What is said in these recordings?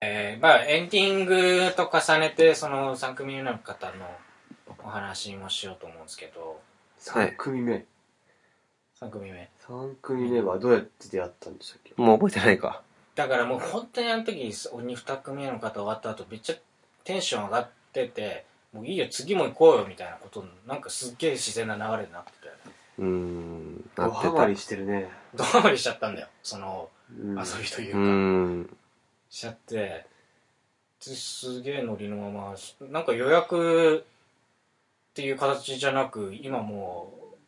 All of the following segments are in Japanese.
えー、まあ、エンディングと重ねて、その3組目の方のお話もしようと思うんですけど、はい3組目。 3組目。 3組目はどうやって出会ったんでしたっけもう覚えてないか。だからもう本当にあの時、鬼2組目の方終わった後、めっちゃテンション上がってて、もういいよ、次も行こうよ、みたいなこと、なんかすっげえ自然な流れになってて、うーん、なおってはた。まうりしてるね。ドハマりしちゃったんだよ、そのうん遊びというーか。ん。しちゃってですげえノリのままなんか予約っていう形じゃなく今もう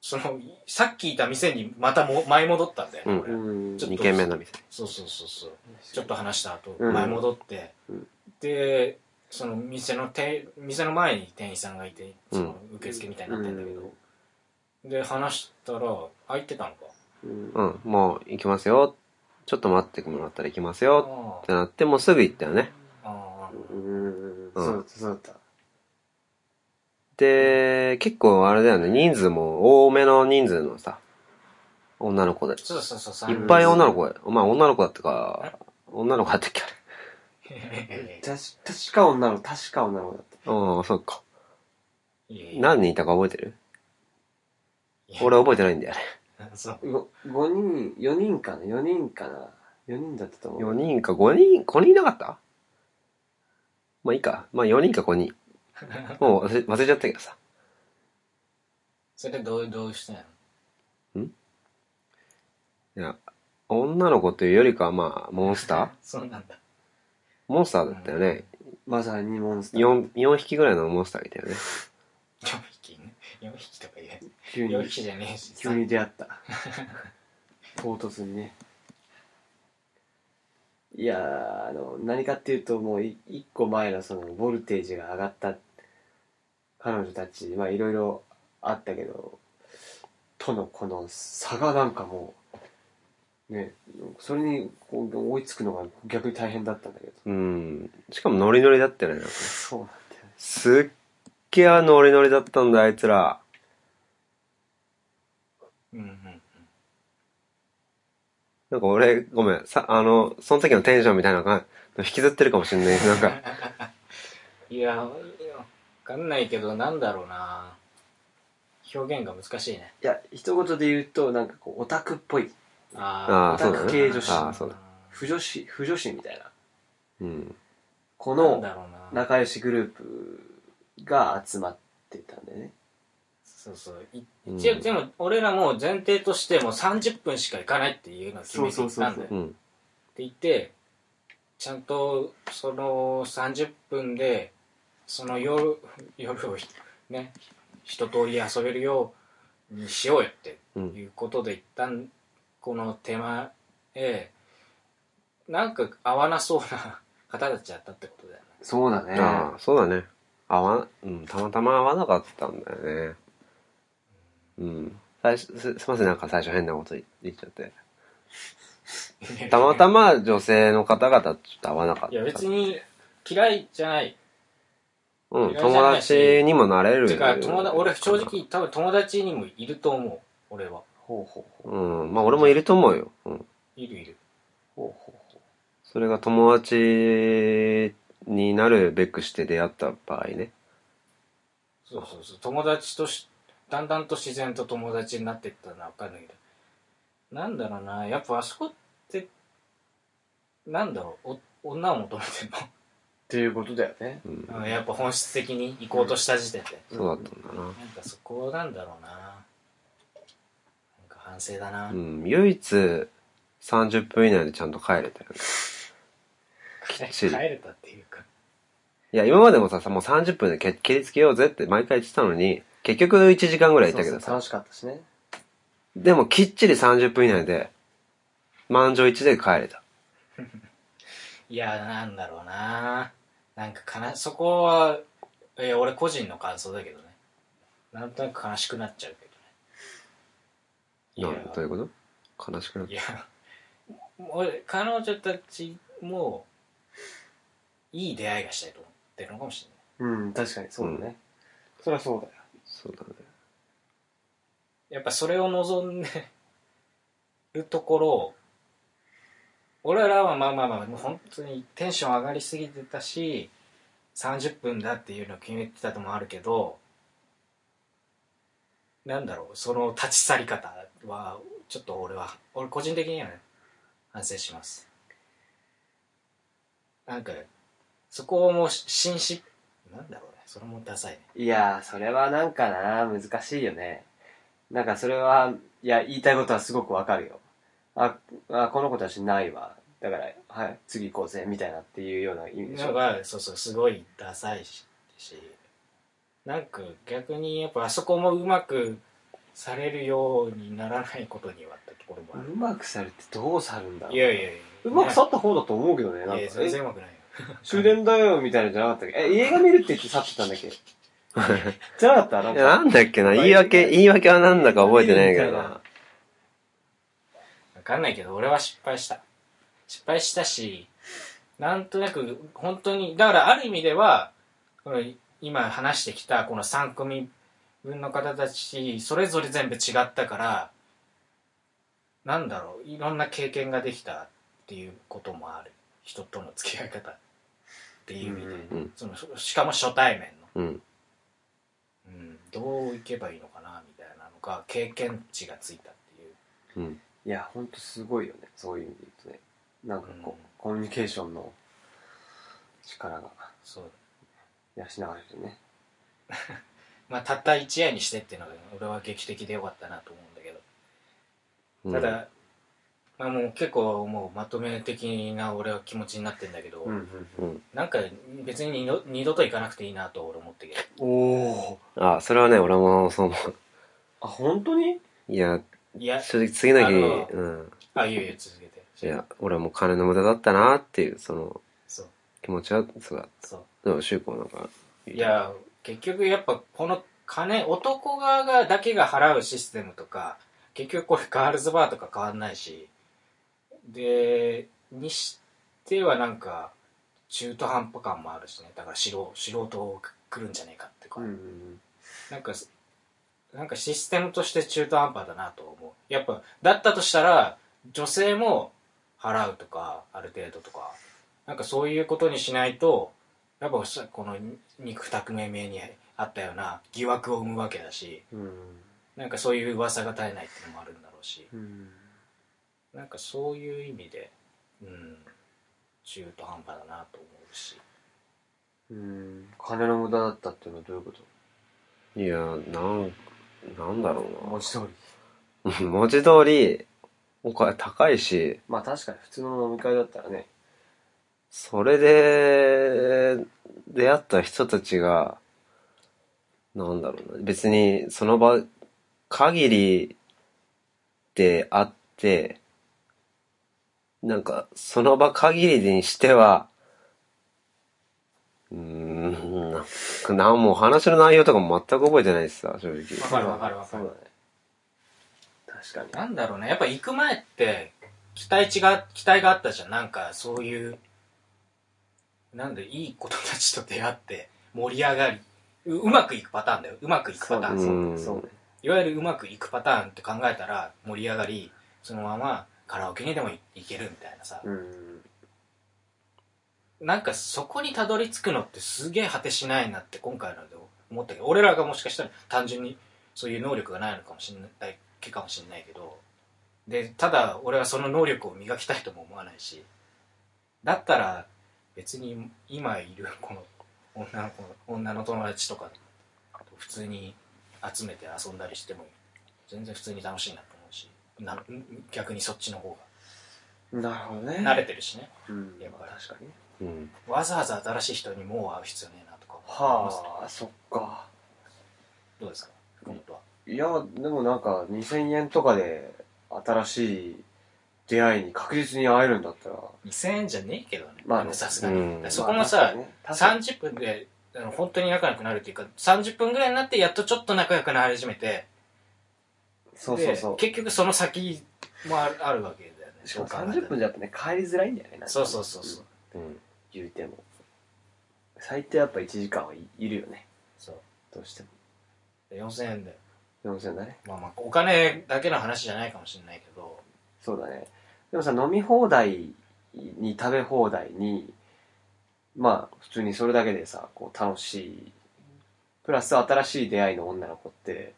そのさっきいた店にまたも前戻ったんだよね、うん俺うんちょっと二軒目の店。そうそうそうそうちょっと話した後うん前戻って、うんでその店の店店の前に店員さんがいてその受付みたいになってんだけど、で話したら空いてたのかうんうん、もう行きますよ。ちょっと待ってもらったら行きますよ。あってなって、もうすぐ行ったよね。あああうんそうだった、そうだった。で、結構あれだよね、人数も多めの人数のさ、女の子で。いそうそうそうそうっぱい女の子で。まあ女の子だったか、女の子だったっけあれ。確確か女の子、確か女の子だった。ああ、そっか。いやいや何人いたか覚えてる俺覚えてないんだよね。そうご5人、4人かな ?4 人かな ?4 人だったと思4う。人か5人、5人いなかったまあいいか。まあ4人か5人。 もう忘れ忘れちゃったけどさ。それでどうどうしたんやいや、女の子というよりかはまあ、モンスターろそうなんだモンスターだったよね。まさにモンスター。 4、4匹ぐらいのモンスターがいたよね。 4匹ね4匹とか言え急4に、匹じゃねえし急に出会った。 唐突にね。いやー、あの、何かっていうと、もうい、一個前のその、ボルテージが上がった、彼女たち、まあ、いろいろあったけど、とのこの差がなんかもう、ね、それにこう追いつくのが逆に大変だったんだけど。うん。しかもノリノリだったよね。そうなんだよね。すっげえノリノリだったんだ、あいつら。うんうんなんか俺、ごめん、さ、あの、その時のテンションみたいなのが引きずってるかもしんない。なん か、いやわかんないけどなんだろうな表現が難しいねいや、一言で言うと、なんかこう、オタクっぽい。ああーーそうオだタねクあーそうだ不女子、不女子みたいな。うん。こなんのだろうな仲良しグループが集まってたんだよね。そうそういうん一応でも俺らも前提としてもう30分しか行かないっていうのを決めて行ったんだようん。って言ってちゃんとその30分でその夜夜をひね一通り遊べるようにしようよってうん。いうことで一旦この手前へなんか合わなそうな方たちだったってことだよねそうだねああ、そうだね。合わ、うん、たまたま合わなかったんだよね。うん。最初、す、すいません、なんか最初変なこと言っちゃって。たまたま女性の方々ちょっと合わなかった。いや別に嫌いじゃないうん、友達にもなれる。てか友達俺正。直多分友達にもいると思う俺はほうほうほう。うん、まあ俺もいると思うよ。うん。いるいるほうほうほそれが友達になるべくして出会った場合ね。そうそうそう友達としだんだんと自然と友達になっていったのは分かんないけどなんだろうなやっぱあそこってなんだろうお女を求めてんのっていうことだよね。うん。あの やっぱ本質的に行こうとした時点で、そうだったんだな。なんかそこなんだろうななんか反省だな、うん。唯一30分以内でちゃんと帰れたよね。帰ちり帰れたっていうかいや、今までもさ、もう30分でけ切りつけようぜって毎回言ってたのに、結局1時間ぐらいいたけどそうそうさ。楽しかったしね。でもきっちり30分以内で、満場一致で帰れた。いやなんだろうななんかかなそこはいや俺個人の感想だけどねなんとなく悲しくなっちゃうけなどんねいやどういうこと悲しくなっいや、もう彼女たちも、いい出会いがしたいと思ってるのかもしうん、確かにそうだね。そりゃそうだよ。そうだね。れない。やっぱそれを望んでるところを、俺らはまあまあまあもう本当にテンション上がりすぎてたし30分だっていうのを決めてたともあるけどなんだろうその立ち去り方はちょっと俺は俺個人的にはね反省しますなんかそこをもう紳士なんだろうねそれもダサいねいやー、それはなんかな、難しいよね。なんかそれは、いや、言いたいことはすごくわかるよ。あ、あこの子たちないわ。だから、はい、次行こうぜ、みたいなっていうような意味でしのょ。がそうそうすごいダサいししなんか逆にやっぱあそこもうまくされるようにならないことにはってところもある、うまくされてどうさるんだろう。いやいやいやうまく去った方だと思うけどね、なんか。いや全然えうまくないよ終電だよ、みたいなのじゃなかったっけえ、映画見るって言って去ってたん だっけじゃなかったなんいや、なか。んだっけな、言い訳、言い訳はなんだか覚えてないけどな。わかんないけど俺は失敗した失敗したしなんとなく本当にだからある意味ではこの今話してきたこの3組分の方たちそれぞれ全部違ったからなんだろういろんな経験ができたっていうこともある人との付き合い方っていう意味で、うんうん、そのしかも初対面の、うん。うん、どういけばいいのかなみたいなのが経験値がついたっていううん。いや、ほんとすごいよね。そういう意味で言うとね。なんかこう、うんコミュニケーションの力がそう養われてね。まあ、たった一夜にしてっていうのが俺は劇的でよかったなと思うんだけど、うんた、だ、まあ、もう結構もうまとめ的な俺は気持ちになってんだけど、うんうん。うん。なんか別に二度二度と行かなくていいなと俺思ってけどおお。あ、それはね、俺もそう思う。あ、本当にいや、いや正直次あの日、のうん。あいいよいいよ続けていや、俺はもう金の無駄だったなっていう、その、そう気持ちは、そうだ。そでも、修行なんか。ういや結局やっぱこの金男側がだけが払うシステムとか結局これガールズバーとか変わんないしでにしてはなんか中途半端感もあるしねだから素人素人来るんじゃねえかってか、うん。なんかなんかシステムとして中途半端だなと思うやっぱだったとしたら女性も払うとかある程度とかなんかそういうことにしないとやっぱさこの肉たくめめにあったような疑惑を生むわけだしうん。なんかそういう噂が絶えないっていうのもあるんだろうしうん。なんかそういう意味で、うん、中途半端だなと思うし、うん。金の無駄だったっていうのはどういうこといや、なん、なんだろ文字通り。うな。 文字通り、お金高いし、まあ確かに普通の飲み会だったらね。それで、出会った人たちが、なんだろうな。別に、その場限りであって、なんか、その場限りにしては、うーん、なんかなんもう話の内容とかも全く覚えてないしさ、正直。わかるわかるわかるそうだね。確かに。なんだろうねやっぱ行く前って期待値が期待があったじゃんなんかそういうなんでいい子たちと出会って盛り上がりううまくいくパターンだようまくいくパターンうそうねそうだんそうね。いわゆるうまくいくパターンって考えたら盛り上がりそのままカラオケにでもい行けるみたいなさ、うん。なんかそこにたどり着くのってすげえ果てしないなって今回ので思ったけど俺らがもしかしたら単純にそういう能力がないのかもしれないだけかもしれないけどでただ俺はその能力を磨きたいとも思わないしだったら別に今いるこの女の子の女の友達とかと普通に集めて遊んだりしても全然普通に楽しいなと思うしな逆にそっちの方なるほどね。が慣れてるしねうん。やっぱり確かに。うん。わざわざ新しい人にもう会う必要ねえなとか思いますはあ、そっか。どうですか福本は。いや、でもなんか2000円とかで新しい出会いに確実に会えるんだったら。 2000円じゃねえけどね。まあねでもさすがうにん。だからそこもさ、確かにね、 30分で、あの本当に仲良くなるっていうか、30分ぐらいになって、やっとちょっと仲良くなり始めて、そうそうそで。う結局その先もあるあるわけだよね。しかもどう考えたら30分じゃやっぱね帰りづらいんだよねなんかねそうそうそうそう。んうん。言うても最低やっぱ1時間はい、いるよねそう。どうしてもで4000円で。 4000だねまあまあ、お金だけの話じゃないかもしれないけど、そうだねでもさ飲み放題に食べ放題にまあ普通にそれだけでさこう楽しいプラス新しい出会いの女の子って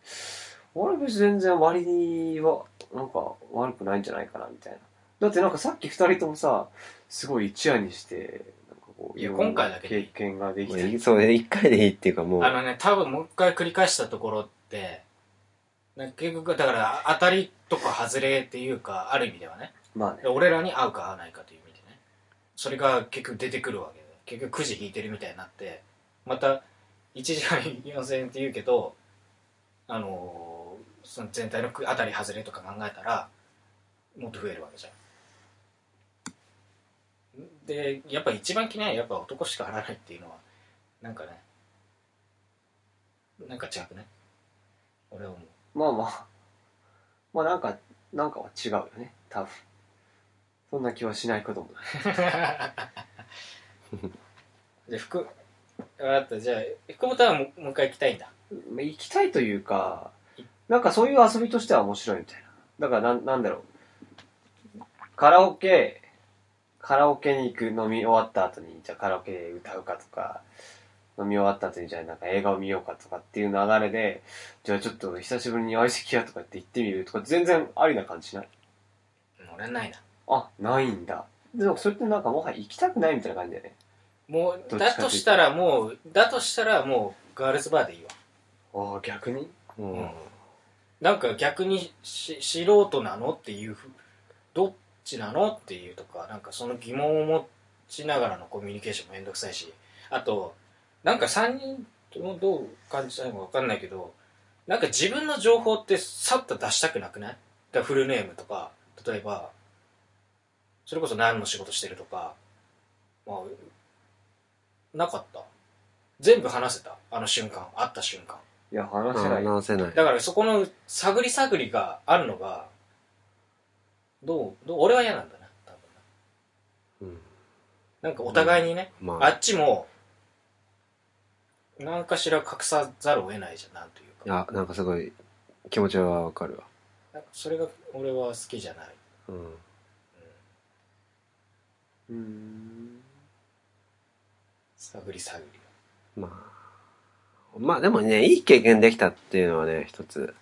俺別に全然割にはなんか悪くないんじゃないかなみたいなだってなんかさっき二人ともさすごい一夜にしてなんかこういやろんな今回だけでい経い験ができまてあいそうね、一回でいいっていうかもうあ、のね、多分もう一回繰り返したところって、なんか結局、だから当たりとか外れっていうか、ある意味ではね。まあねで俺らに合うか合わないかという意味でね。それが結局出てくるわけで。結局くじ引いてるみたいになって、また1時間4000円って言うけど、あのーその全体のく当たり外れとか考えたら、もっと増えるわけじゃん。で、やっぱ一番気になるのはやっぱ男しか払わないっていうのは、なんかね、なんか違くね俺は思う。まあまあ、まあなんか、なんかは違うよね、多分。そんな気はしないこともない。 で、福、わかった、じゃあ、福本はもうもう一回行きたいんだ。まあ行きたいというか、なんかそういう遊びとしては面白いみたいな。だからなん、なんだろう。カラオケ、カラオケに行く、飲み終わった後に、じゃあカラオケで歌うかとか、飲み終わった後に、じゃあなんか映画を見ようかとかっていう流れで、じゃあちょっと久しぶりに相席屋とかって行ってみるとか、全然ありな感じしない俺はないな。あ、ないんだ。でもそれってなんかもはや行きたくないみたいな感じだよね。もどう、っちかだというととしたらもう、だとしたらもう、ガールズバーでいいわ。ああ、逆にうんうんなんか逆にし、素人なのっていうふ、どっちなのっていうとか、なんかその疑問を持ちながらのコミュニケーションもめんどくさいし、あと、なんか3人ともどう感じたのかわかんないけど、なんか自分の情報ってさっと出したくなくないだからフルネームとか、例えば、それこそ何の仕事してるとか、まあ、なかった。全部話せた。あの瞬間、会った瞬間。いや、話せない。話せないだからそこの探り探りがあるのが、どう、どう俺は嫌なんだな、多分うんな。なんかお互いにね、まああっちも、何かしら隠さざるを得ないじゃん、なんといういか。やなんかすごい気持ちはわかるわなんかそれが俺は好きじゃない。うんうーん。探り探り。 まあ、まあでもね、いい経験できたっていうのはね、一つ、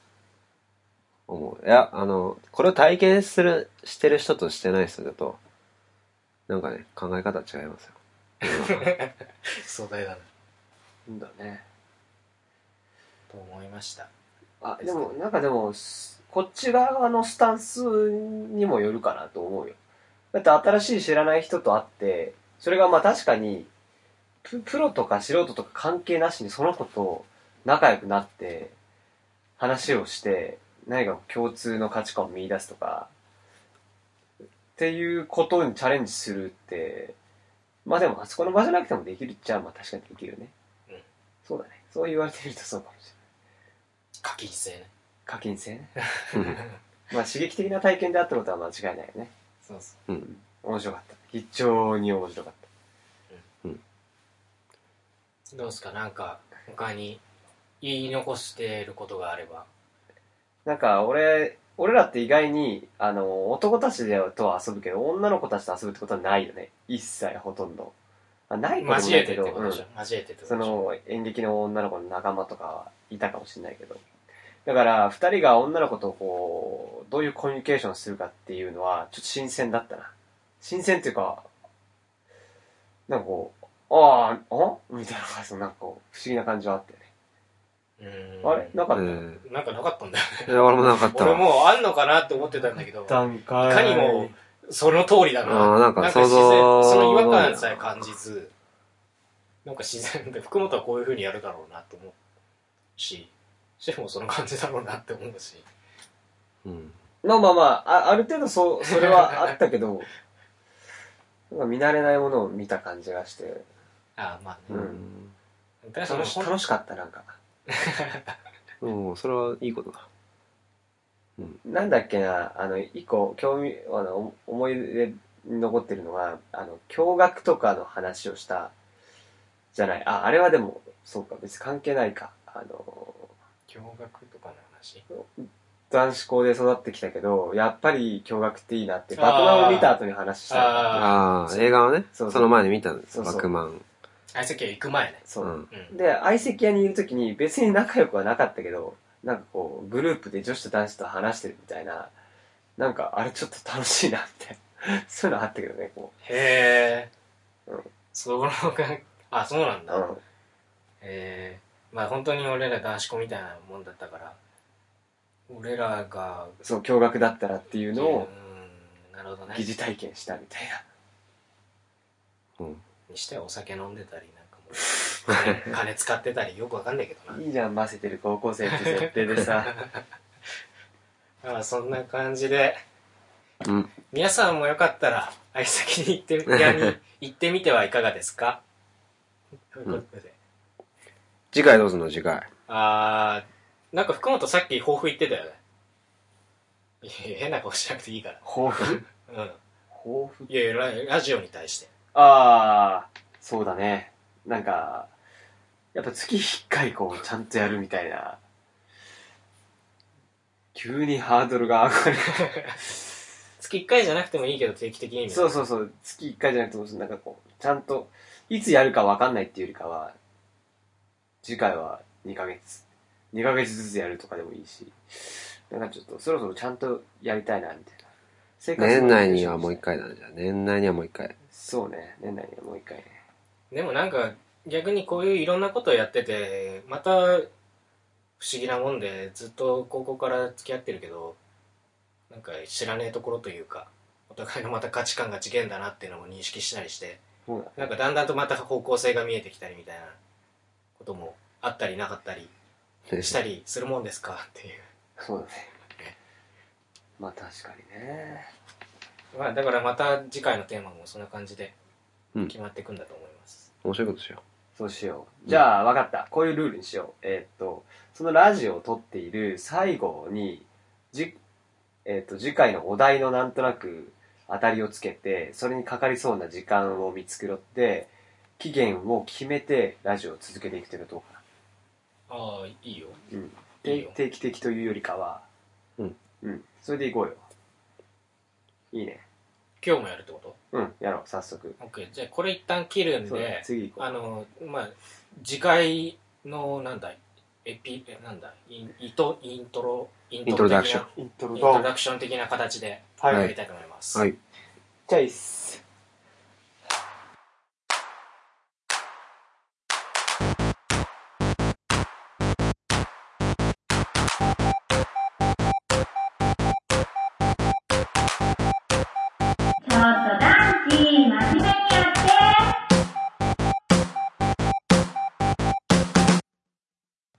思う。いや、あの、これを体験する、してる人としてない人だと、なんかね、考え方違いますよ。壮大だな、なんだね。と思いました。あ、でも、なんかでも、すこっち側のスタンスにもよるかなと思うよ。だって新しい知らない人と会って、それがまあ確かに、ププロとか素人とか関係なしにその子と仲良くなって、話をして、何か共通の価値観を見出すとか、っていうことにチャレンジするって、まあでもあそこの場所なくてもできるっちゃ、まあ確かにできるよね。うんそうだね。そう言われてみるとそうかもしれない。課金制ね。課金制ね。 うんまあ刺激的な体験であったことは間違いないよね。そうそ面白かった。非常に面白かっう。どうですか、なんか、他に言い残してることがあれば。た。なんか俺、俺らって意外に、あの、男たちではとは遊ぶけど、女の子たちと遊ぶってことはないよね。一切ほとんど。あ、ないことも交なえいてけっど、てことでしょ、うん交えてってことそでしょの演劇の女の子の仲間とかはいたかもしれないけど。だから、二人が女の子とこう、どういうコミュニケーションをするかっていうのは、ちょっと新鮮だったな。新鮮っていうか、なんかこう、ああ、あみたいな感じの、なんかこう、不思議な感じはあってね。うーんあれなかうっん。なんかなかったんだよねいや俺もなかった俺わ。もうあんのかなって思ってたんだけど、たんかいかにもその通りだあな。ーなんか想像自然その違和感さえ感じず、なんか自然で、福本はこういう風にやるだろうなと思うし、シェフもその感じだろうなって思うし、うん。まあまあまあ、あある程度そ、それはあったけど、 なんか見慣れないものを見た感じがして、ああ、まあうね。ん。楽楽し楽しかった、なんか。うん、それはいいことだ。なんだっけな、あの、一個、興味、あの、思い出に残ってるのは、あの、驚愕とかの話をした、じゃない。あ、あれはでも、そうか、別に関係ないか。あの、驚愕とかの話男子校で育ってきたけど、やっぱり驚愕っていいなって、バトマンを見た後に話したのあーああ、映画はね、そうそそうの前に見たんですそうよ、そバうックマン。相席屋行く前ね。そうう。んうん。で、相席屋にいる時に別に仲良くはなかったけど、なんかこう、グループで女子と男子と話してるみたいな、なんかあれちょっと楽しいなって、 そういうのあったけどね、こへえ、うんその感あそうなんう。だ、うへん。えまあ本当に俺ら男子校みたいなもんだったから俺らがそう、驚愕だったらっていうのをうんなるほどね疑似体験したみたいうん。にしてはお酒飲んでたりなんかもう金金使ってたりよくわかんないけどな。いいじゃん、ませてる高校生って設定でさ。 なまあそんな感じでうん。皆さんもよかったら相席に行ってみ屋に行ってみてはいかがですかということで、次回どうすんの次回。あーなんか福本さっき抱負言ってたよねいやいや変な顔しなくていいから抱負うん抱負いやいやララジオに対してああ、そうだね。なんか、やっぱ月1回こう、ちゃんとやるみたいな。急にハードルが上がる。月1回じゃなくてもいいけど定期的にねそうそうそう、月1回じゃなくても、なんかこう、ちゃんと、いつやるかわかんないっていうよりかは、次回は2ヶ月、2ヶ月ずつやるとかでもいいし、なんかちょっと、そろそろちゃんとやりたいな、みたいな。生活年の内にはもう一。回だね。じゃあ年内にはもう一回。そうね、年内にはもう一回ね。でもなんか逆にこういういろんなことをやっててまた不思議なもんでずっと高校から付き合ってるけどなんか知らねえところというかお互いのまた価値観が違えんだなっていうのも認識したりしてそうだ。なんかだんだんとまた方向性が見えてきたりみたいなこともあったりなかったりしたりするもんですかっていうそうだね。まあ確かにね。まあだからまた次回のテーマもそんな感じでうん決まっていくんだと思います、面白いことしよそうしよう。じゃあ、わかった。こういうルールにしよう。えーっと、そのラジオを撮っている最後に、じ、えーっと、次回のお題のなんとなく当たりをつけて、それにかかりそうな時間を見繕って、期限を決めてラジオを続けていくというのはどうかな。ああいいようん。いいよ定定期的というよりかは、うん。うん。それでいこうよ。いいね。今日もやるってことうん。やろう、早速。 OK じゃあこれ一旦切るんそうだねで次行こう。あのまあ次回のなんだエピえなんだインイトイントロインイントロダク的ショなンイントイロンドトン。ロダクション的な形ではやい。りたいと思います、う。はい。チョイス。